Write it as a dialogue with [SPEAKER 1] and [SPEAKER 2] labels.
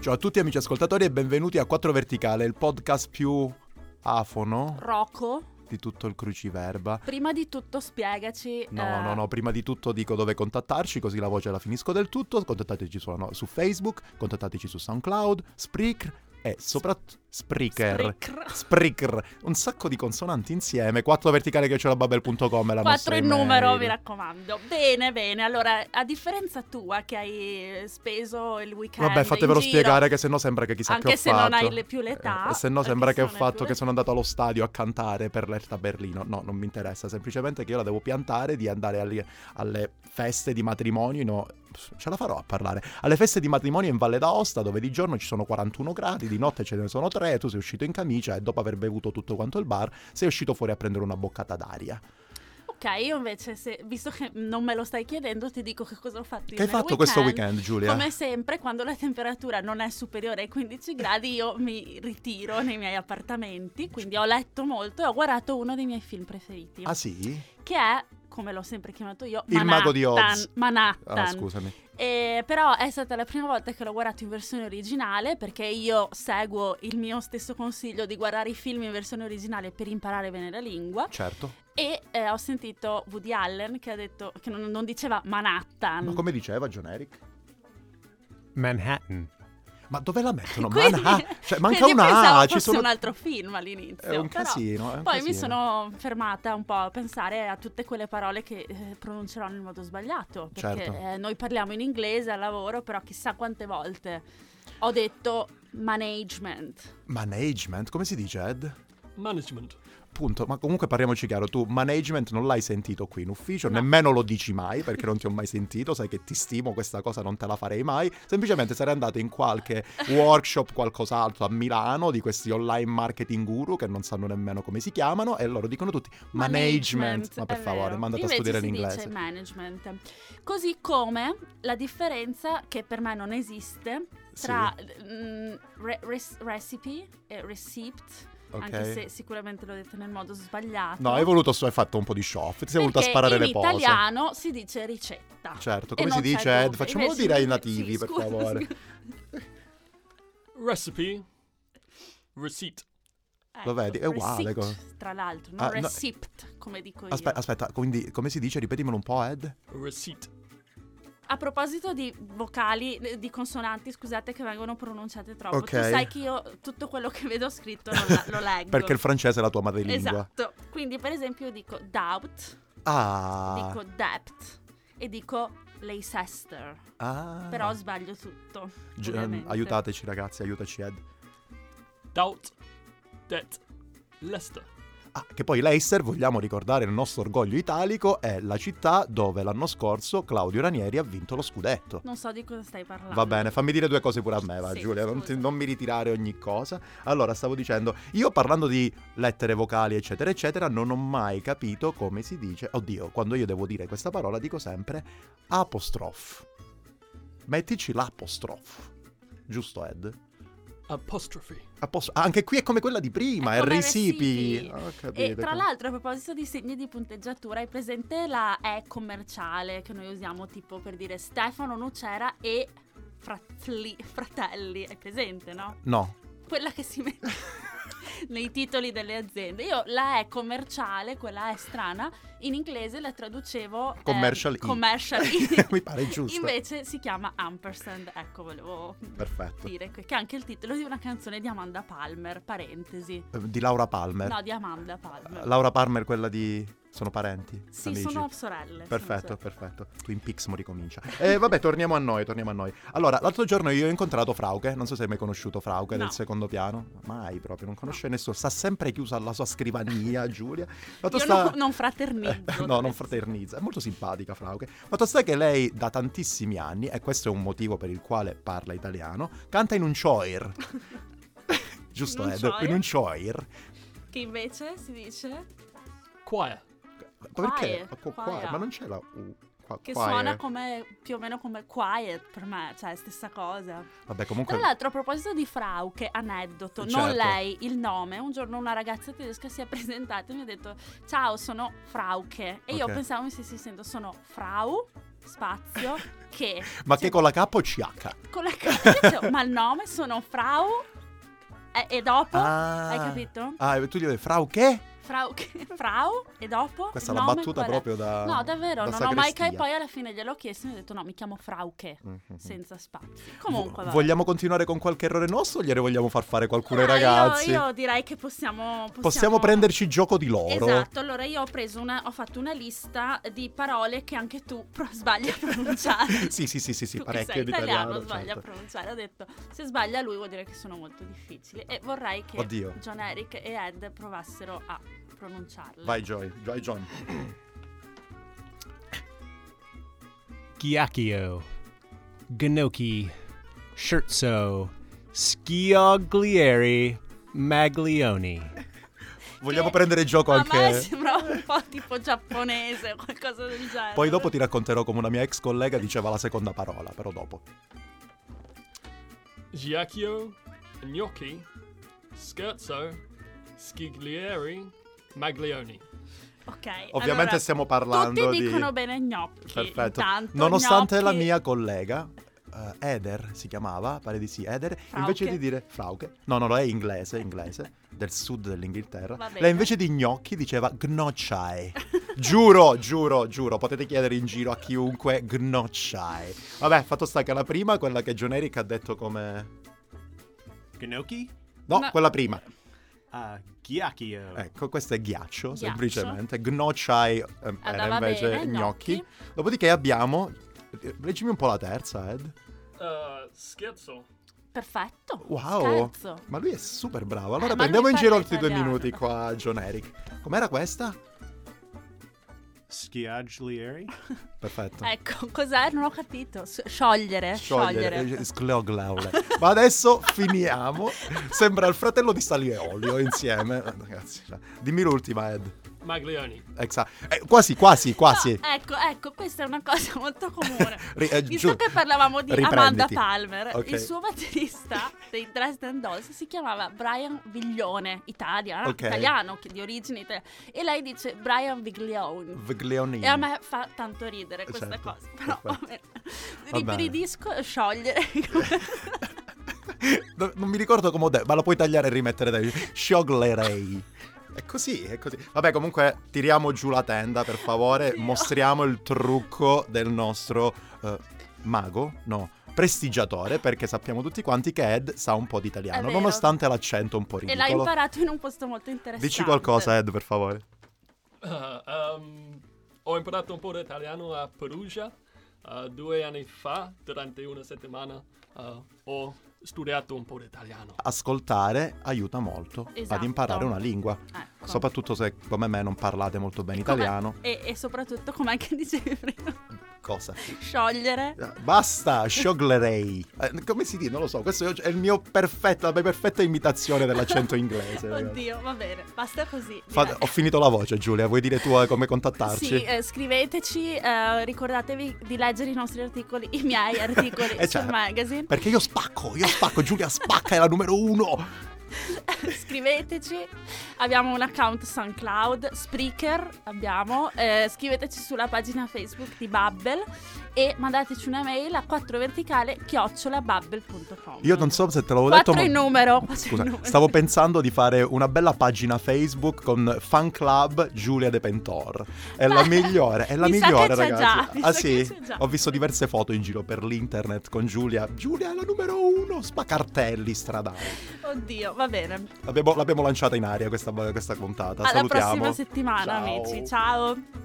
[SPEAKER 1] Ciao a tutti amici ascoltatori e benvenuti a 4 Verticale, il podcast più afono
[SPEAKER 2] Rocco,
[SPEAKER 1] di tutto il cruciverba.
[SPEAKER 2] prima di tutto spiegaci. eh,
[SPEAKER 1] No, no, no, prima di tutto dico dove contattarci, così la voce la finisco del tutto. Contattateci sulla no- su Facebook, contattateci su SoundCloud, Spreaker e soprattutto Spreaker. Spreaker, un sacco di consonanti insieme, 4 verticale che c'è la babel.com è la
[SPEAKER 2] 4
[SPEAKER 1] nostra
[SPEAKER 2] in numero,
[SPEAKER 1] email.
[SPEAKER 2] mi raccomando. Bene, bene. Allora, a differenza tua che hai eh, speso il weekend
[SPEAKER 1] Vabbè, fatevelo
[SPEAKER 2] in giro,
[SPEAKER 1] spiegare che sennò sembra che chissà che
[SPEAKER 2] anche
[SPEAKER 1] ho
[SPEAKER 2] se
[SPEAKER 1] fatto.
[SPEAKER 2] non hai le- più l'età,
[SPEAKER 1] Eh, se no
[SPEAKER 2] perché
[SPEAKER 1] sembra che ho
[SPEAKER 2] se non hai più
[SPEAKER 1] fatto che
[SPEAKER 2] l'età.
[SPEAKER 1] sono andato allo stadio a cantare per l'Erta Berlino. No, non mi interessa, semplicemente che io la devo piantare di andare alle, alle feste di matrimonio. no, ce la farò a parlare. Alle feste di matrimonio in Valle d'Aosta, dove di giorno ci sono 41 gradi, di notte ce ne sono 3, tu sei uscito in camicia e dopo aver bevuto tutto quanto il bar, sei uscito fuori a prendere una boccata d'aria.
[SPEAKER 2] Ok, io invece, se- visto che non me lo stai chiedendo, ti dico che cosa ho fatto io
[SPEAKER 1] che hai
[SPEAKER 2] nel
[SPEAKER 1] fatto questo weekend, Giulia?
[SPEAKER 2] Come sempre, quando la temperatura non è superiore ai 15 gradi, io mi ritiro nei miei appartamenti. Quindi ho letto molto e ho guardato uno dei miei film preferiti,
[SPEAKER 1] Ah sì?
[SPEAKER 2] che è, come l'ho sempre chiamato io,
[SPEAKER 1] Il Mago di
[SPEAKER 2] Manhattan.
[SPEAKER 1] Oz.
[SPEAKER 2] Manhattan.
[SPEAKER 1] Ah, scusami.
[SPEAKER 2] E Eh, però è stata la prima volta che l'ho guardato in versione originale perché io seguo il mio stesso consiglio di guardare i film in versione originale per imparare bene la lingua
[SPEAKER 1] Certo.
[SPEAKER 2] e eh, ho sentito Woody Allen che ha detto che non, non diceva Manhattan.
[SPEAKER 1] Ma come diceva John Eric?
[SPEAKER 3] Manhattan.
[SPEAKER 1] Ma dove la mettono?
[SPEAKER 2] Quindi-
[SPEAKER 1] Manhattan? Cioè, manca
[SPEAKER 2] quindi
[SPEAKER 1] una
[SPEAKER 2] pensavo
[SPEAKER 1] A, ci
[SPEAKER 2] fosse
[SPEAKER 1] sono...
[SPEAKER 2] un altro film all'inizio.
[SPEAKER 1] È un
[SPEAKER 2] però
[SPEAKER 1] casino, è un
[SPEAKER 2] Poi mi
[SPEAKER 1] casino.
[SPEAKER 2] sono fermata un po' a pensare a tutte quelle parole che eh, pronuncerò nel modo sbagliato. Perché
[SPEAKER 1] Certo.
[SPEAKER 2] eh, noi parliamo in inglese al lavoro, però chissà quante volte ho detto management.
[SPEAKER 1] Management, come si dice Ed?
[SPEAKER 3] Management.
[SPEAKER 1] Punto, ma comunque parliamoci chiaro, tu management non l'hai sentito qui in ufficio,
[SPEAKER 2] No.
[SPEAKER 1] nemmeno lo dici mai perché non ti ho mai sentito, sai che ti stimo, questa cosa non te la farei mai, semplicemente sarei andato in qualche workshop, qualcos'altro a Milano di questi online marketing guru che non sanno nemmeno come si chiamano e loro dicono tutti management, ma per
[SPEAKER 2] è
[SPEAKER 1] favore
[SPEAKER 2] vero.
[SPEAKER 1] mandate a
[SPEAKER 2] Invece
[SPEAKER 1] studiare
[SPEAKER 2] si
[SPEAKER 1] l'inglese.
[SPEAKER 2] Dice management. Così come la differenza che per me non esiste
[SPEAKER 1] Sì,
[SPEAKER 2] tra mm, re- res- recipe e receipt.
[SPEAKER 1] ok.
[SPEAKER 2] Anche se sicuramente l'ho detto nel modo sbagliato.
[SPEAKER 1] No, hai voluto, hai fatto un po' di show off, ti sei voluta
[SPEAKER 2] Perché
[SPEAKER 1] sparare
[SPEAKER 2] in
[SPEAKER 1] le pose.
[SPEAKER 2] italiano si dice ricetta.
[SPEAKER 1] Certo,
[SPEAKER 2] E
[SPEAKER 1] come si
[SPEAKER 2] non c'è
[SPEAKER 1] dice
[SPEAKER 2] il
[SPEAKER 1] Ed?
[SPEAKER 2] dove.
[SPEAKER 1] Facciamolo
[SPEAKER 2] Invece
[SPEAKER 1] dire ai
[SPEAKER 2] sì,
[SPEAKER 1] nativi, per
[SPEAKER 2] scusa,
[SPEAKER 1] favore.
[SPEAKER 2] scusa.
[SPEAKER 3] Recipe. Receipt.
[SPEAKER 1] Lo vedi? È
[SPEAKER 2] Ecco,
[SPEAKER 1] uguale
[SPEAKER 2] receipt,
[SPEAKER 1] co-
[SPEAKER 2] Tra l'altro,
[SPEAKER 1] Ah,
[SPEAKER 2] non
[SPEAKER 1] no.
[SPEAKER 2] receipt, come dico io.
[SPEAKER 1] Aspe- aspetta, quindi come si dice? Ripetimelo un po', Ed.
[SPEAKER 3] Receipt.
[SPEAKER 2] A proposito di vocali, eh, di consonanti, scusate che vengono pronunciate troppo.
[SPEAKER 1] Ok.
[SPEAKER 2] Tu sai che io tutto quello che vedo scritto lo, la- lo leggo.
[SPEAKER 1] Perché il francese è la tua madrelingua.
[SPEAKER 2] Esatto. Quindi, per esempio, io dico doubt,
[SPEAKER 1] Ah,
[SPEAKER 2] dico debt e dico Leicester.
[SPEAKER 1] ah.
[SPEAKER 2] Però sbaglio tutto.
[SPEAKER 1] Gi- ehm,
[SPEAKER 2] ovviamente.
[SPEAKER 1] aiutateci ragazzi, aiutaci Ed.
[SPEAKER 3] Doubt. Debt. Leicester.
[SPEAKER 1] Ah, che poi Leicester, vogliamo ricordare il nostro orgoglio italico, è la città dove l'anno scorso Claudio Ranieri ha vinto lo scudetto.
[SPEAKER 2] Non so di cosa stai parlando.
[SPEAKER 1] Va bene, fammi dire due cose pure a me, va
[SPEAKER 2] Sì,
[SPEAKER 1] Giulia, non,
[SPEAKER 2] scusa.
[SPEAKER 1] ti- non mi ritirare ogni cosa. Allora, stavo dicendo, io parlando di lettere vocali, eccetera, eccetera, non ho mai capito come si dice. Oddio, quando io devo dire questa parola dico sempre apostrof. Mettici l'apostrof. Giusto, Ed?
[SPEAKER 3] Apostrophe.
[SPEAKER 1] Apos- ah, anche qui è come quella di prima,
[SPEAKER 2] È
[SPEAKER 1] è, Ah,
[SPEAKER 2] come
[SPEAKER 1] recipi.
[SPEAKER 2] recipi.
[SPEAKER 1] Ho
[SPEAKER 2] E
[SPEAKER 1] capito,
[SPEAKER 2] tra
[SPEAKER 1] com-
[SPEAKER 2] l'altro, a proposito di segni di punteggiatura, hai presente la E commerciale che noi usiamo tipo per dire Stefano Nucera e fratli- fratelli? Hai presente, no?
[SPEAKER 1] No.
[SPEAKER 2] Quella che si mette nei titoli delle aziende. Io la E commerciale, quella E strana, in inglese la traducevo ehm,
[SPEAKER 1] Commercial E.
[SPEAKER 2] commercial E.
[SPEAKER 1] Mi pare giusto.
[SPEAKER 2] Invece si chiama ampersand, ecco volevo
[SPEAKER 1] Perfetto.
[SPEAKER 2] dire che che è anche il titolo di una canzone di Amanda Palmer, parentesi.
[SPEAKER 1] Eh, Di Laura Palmer.
[SPEAKER 2] No, di Amanda Palmer.
[SPEAKER 1] Laura Palmer, quella di... Sono parenti?
[SPEAKER 2] Sì,
[SPEAKER 1] Amici?
[SPEAKER 2] sono sorelle.
[SPEAKER 1] Perfetto,
[SPEAKER 2] sono sorelle.
[SPEAKER 1] perfetto. Twin Peaks mo ricomincia. Eh, vabbè, torniamo a noi, torniamo a noi. Allora, l'altro giorno io ho incontrato Frauke, non so se hai mai conosciuto Frauke
[SPEAKER 2] No.
[SPEAKER 1] del secondo piano. Mai proprio, non conosce nessuno. Sta sempre chiusa alla sua scrivania, Giulia. La tua
[SPEAKER 2] Io
[SPEAKER 1] sta-
[SPEAKER 2] non, non fraternizzo.
[SPEAKER 1] Eh, no, non fraternizza, è molto simpatica Frauke. Fatto sta che lei da tantissimi anni, e questo è un motivo per il quale parla italiano, canta in un choir. Giusto,
[SPEAKER 2] In un
[SPEAKER 1] Ed?
[SPEAKER 2] choir?
[SPEAKER 1] In un choir.
[SPEAKER 2] Che invece si dice
[SPEAKER 3] Choir.
[SPEAKER 1] Ma Perché?
[SPEAKER 2] Choir,
[SPEAKER 1] Ma co-
[SPEAKER 2] choir.
[SPEAKER 1] Ma non c'è la U. Qua-
[SPEAKER 2] che
[SPEAKER 1] choir.
[SPEAKER 2] suona come più o meno come quiet per me, cioè stessa cosa.
[SPEAKER 1] Vabbè,
[SPEAKER 2] Tra
[SPEAKER 1] comunque...
[SPEAKER 2] l'altro, a proposito di Frauke, aneddoto, non
[SPEAKER 1] Certo.
[SPEAKER 2] lei, il nome. Un giorno una ragazza tedesca si è presentata e mi ha detto: Ciao, sono Frauke. E io
[SPEAKER 1] Ok.
[SPEAKER 2] pensavo mi stessi dicendo: Sono Frau spazio che cioè,
[SPEAKER 1] Ma che con la K o CH?
[SPEAKER 2] con la cazzo, ma il nome sono Frau e, e dopo
[SPEAKER 1] Ah.
[SPEAKER 2] hai capito?
[SPEAKER 1] Ah, tu devi dire Frau che?
[SPEAKER 2] Frau, Frau e dopo
[SPEAKER 1] Questa
[SPEAKER 2] il
[SPEAKER 1] è la
[SPEAKER 2] nome
[SPEAKER 1] battuta
[SPEAKER 2] qual è?
[SPEAKER 1] proprio da.
[SPEAKER 2] No, davvero,
[SPEAKER 1] da
[SPEAKER 2] non ho mai
[SPEAKER 1] sagrestia.
[SPEAKER 2] e poi alla fine gliel'ho chiesto e mi ho detto no, mi chiamo Frauke,
[SPEAKER 1] Mhm.
[SPEAKER 2] senza spazi. Comunque,
[SPEAKER 1] Vo-
[SPEAKER 2] vabbè.
[SPEAKER 1] vogliamo continuare con qualche errore nostro o gliene vogliamo far fare qualcuno ai
[SPEAKER 2] Ah, io-
[SPEAKER 1] ragazzi?
[SPEAKER 2] Io, direi che possiamo possiamo,
[SPEAKER 1] Possiamo prenderci gioco di loro.
[SPEAKER 2] Esatto, allora io ho preso una ho fatto una lista di parole che anche tu pro- sbagli a pronunciare.
[SPEAKER 1] Sì, sì, sì, sì, sì,
[SPEAKER 2] tu che
[SPEAKER 1] parecchio
[SPEAKER 2] sei
[SPEAKER 1] in
[SPEAKER 2] italiano,
[SPEAKER 1] italiano,
[SPEAKER 2] sbaglia
[SPEAKER 1] certo.
[SPEAKER 2] a pronunciare. Ho detto, se sbaglia lui vuol dire che sono molto difficili e vorrei che
[SPEAKER 1] Oddio.
[SPEAKER 2] John Eric e Ed provassero a pronunciarle.
[SPEAKER 1] Vai Joy, vai John.
[SPEAKER 4] Giacchio, Gnocchi, Scherzo, Schioglieri, Maglioni.
[SPEAKER 1] Vogliamo
[SPEAKER 2] Che-
[SPEAKER 1] prendere gioco
[SPEAKER 2] A me
[SPEAKER 1] anche
[SPEAKER 2] sembra un po' tipo giapponese o qualcosa del genere.
[SPEAKER 1] Poi dopo ti racconterò come una mia ex collega diceva la seconda parola, però dopo.
[SPEAKER 3] Giacchio, gnocchi, scherzo, sciglieri, maglioni.
[SPEAKER 2] Ok.
[SPEAKER 1] Ovviamente
[SPEAKER 2] allora,
[SPEAKER 1] stiamo parlando
[SPEAKER 2] tutti
[SPEAKER 1] di
[SPEAKER 2] dicono bene gnocchi.
[SPEAKER 1] Perfetto.
[SPEAKER 2] intanto,
[SPEAKER 1] Nonostante
[SPEAKER 2] gnocchi-
[SPEAKER 1] la mia collega eh, Eder si chiamava, pare di sì, Eder, invece di dire Frauke, no, no, no, è inglese, inglese, del sud dell'Inghilterra,
[SPEAKER 2] Va bene.
[SPEAKER 1] lei invece di gnocchi diceva gnocciai. Giuro, giuro, giuro, potete chiedere in giro a chiunque gnocciai. Vabbè, fatto sta che la prima, quella che John Eric ha detto come...
[SPEAKER 4] Gnocchi?
[SPEAKER 1] No,
[SPEAKER 2] No.
[SPEAKER 1] quella prima.
[SPEAKER 4] Uh, Giacchio.
[SPEAKER 1] Ecco, questo è ghiaccio,
[SPEAKER 2] Ghiaccio.
[SPEAKER 1] semplicemente. Gnocciai eh, era
[SPEAKER 2] va
[SPEAKER 1] invece
[SPEAKER 2] bene,
[SPEAKER 1] gnocchi.
[SPEAKER 2] gnocchi.
[SPEAKER 1] Dopodiché abbiamo... Leggimi un po' la terza, Ed.
[SPEAKER 3] Uh, scherzo.
[SPEAKER 2] Perfetto.
[SPEAKER 1] Wow,
[SPEAKER 2] Scherzo.
[SPEAKER 1] ma lui è super bravo.
[SPEAKER 2] Eh,
[SPEAKER 1] Allora
[SPEAKER 2] ma
[SPEAKER 1] prendiamo
[SPEAKER 2] lui
[SPEAKER 1] in giro
[SPEAKER 2] parla
[SPEAKER 1] altri due
[SPEAKER 2] italiano.
[SPEAKER 1] minuti qua, John Eric. Com'era questa?
[SPEAKER 4] Schioglieri?
[SPEAKER 1] Perfetto.
[SPEAKER 2] Ecco, cos'è? Non ho capito. S- Sciogliere. Sciogliere.
[SPEAKER 1] Sciogliere, eh, scloglaule. Ma adesso finiamo. Sembra il fratello di Sali e Olio insieme. Ragazzi, cioè, dimmi l'ultima, Ed.
[SPEAKER 3] Maglioni.
[SPEAKER 1] Exa- eh, quasi, quasi, quasi.
[SPEAKER 2] No, ecco, ecco, questa è una cosa molto comune.
[SPEAKER 1] Ri- eh,
[SPEAKER 2] Visto
[SPEAKER 1] giù.
[SPEAKER 2] che parlavamo di Amanda
[SPEAKER 1] Riprenditi.
[SPEAKER 2] Palmer,
[SPEAKER 1] Ok.
[SPEAKER 2] il suo batterista dei Dresden Dolls si chiamava Brian Viglione, Italia,
[SPEAKER 1] Ok.
[SPEAKER 2] italiano, che- di origine italiana. E lei dice Brian Viglione.
[SPEAKER 1] Vgleonini.
[SPEAKER 2] E a me fa tanto ridere questa
[SPEAKER 1] Certo,
[SPEAKER 2] cosa. Però
[SPEAKER 1] perfetto.
[SPEAKER 2] vabbè.
[SPEAKER 1] Va bene.
[SPEAKER 2] ribadisco sciogliere.
[SPEAKER 1] No, Non mi ricordo come ho detto, ma la puoi tagliare e rimettere dai. Scioglerei. È così, è così. Vabbè, comunque tiriamo giù la tenda, per favore.
[SPEAKER 2] Oddio.
[SPEAKER 1] Mostriamo il trucco del nostro eh, mago, no, prestigiatore, perché sappiamo tutti quanti che Ed sa un po' di
[SPEAKER 2] È
[SPEAKER 1] italiano,
[SPEAKER 2] vero.
[SPEAKER 1] nonostante l'accento un po'
[SPEAKER 2] e l'ha
[SPEAKER 1] ridicolo.
[SPEAKER 2] imparato in un posto molto interessante.
[SPEAKER 1] Dici qualcosa, eh, Ed, per favore.
[SPEAKER 3] Ah, um, ho imparato un po' di italiano a Perugia ah, due anni fa, durante una settimana. ah, ho studiato un po' di italiano.
[SPEAKER 1] Ascoltare aiuta molto ad
[SPEAKER 2] Esatto.
[SPEAKER 1] imparare una lingua,
[SPEAKER 2] Ecco.
[SPEAKER 1] soprattutto se come me non parlate molto bene
[SPEAKER 2] Come-
[SPEAKER 1] italiano.
[SPEAKER 2] E, e soprattutto, come anche dicevi prima,
[SPEAKER 1] Cosa?
[SPEAKER 2] sciogliere.
[SPEAKER 1] Basta, scioglerei. Eh, come si dice? Non lo so. Questo è il mio perfetto, la mia perfetta imitazione dell'accento inglese. ragazzi.
[SPEAKER 2] Oddio, va bene, basta così.
[SPEAKER 1] Fa-
[SPEAKER 2] direi.
[SPEAKER 1] ho finito la voce, Giulia. Vuoi dire tu eh, come contattarci?
[SPEAKER 2] Sì, eh, scriveteci, eh, ricordatevi di leggere i nostri articoli, i miei articoli
[SPEAKER 1] Eh,
[SPEAKER 2] sul
[SPEAKER 1] certo.
[SPEAKER 2] magazine.
[SPEAKER 1] Perché io spacco, io spacco, Giulia spacca, è la numero uno.
[SPEAKER 2] scriveteci, abbiamo un account SoundCloud, Spreaker abbiamo, eh, scriveteci sulla pagina Facebook di Bubble e mandateci una mail a 4 verticale chiocciolabubble.com.
[SPEAKER 1] Io non so se te l'avevo detto,
[SPEAKER 2] Quattro
[SPEAKER 1] ma...
[SPEAKER 2] in numero, quattro
[SPEAKER 1] Scusa,
[SPEAKER 2] in numero.
[SPEAKER 1] stavo pensando di fare una bella pagina Facebook con fan club Giulia De Pentor. È la
[SPEAKER 2] Beh,
[SPEAKER 1] migliore, è la
[SPEAKER 2] mi sa
[SPEAKER 1] migliore,
[SPEAKER 2] che c'è
[SPEAKER 1] ragazzi.
[SPEAKER 2] già, mi
[SPEAKER 1] ah,
[SPEAKER 2] sa
[SPEAKER 1] sì?
[SPEAKER 2] che c'è già.
[SPEAKER 1] Ho visto diverse foto in giro per l'internet con Giulia. Giulia è la numero uno, spacartelli stradali.
[SPEAKER 2] Oddio, va bene.
[SPEAKER 1] Abbiamo- l'abbiamo lanciata in aria questa, questa puntata.
[SPEAKER 2] Alla
[SPEAKER 1] Salutiamo.
[SPEAKER 2] prossima settimana,
[SPEAKER 1] Ciao.
[SPEAKER 2] amici. Ciao.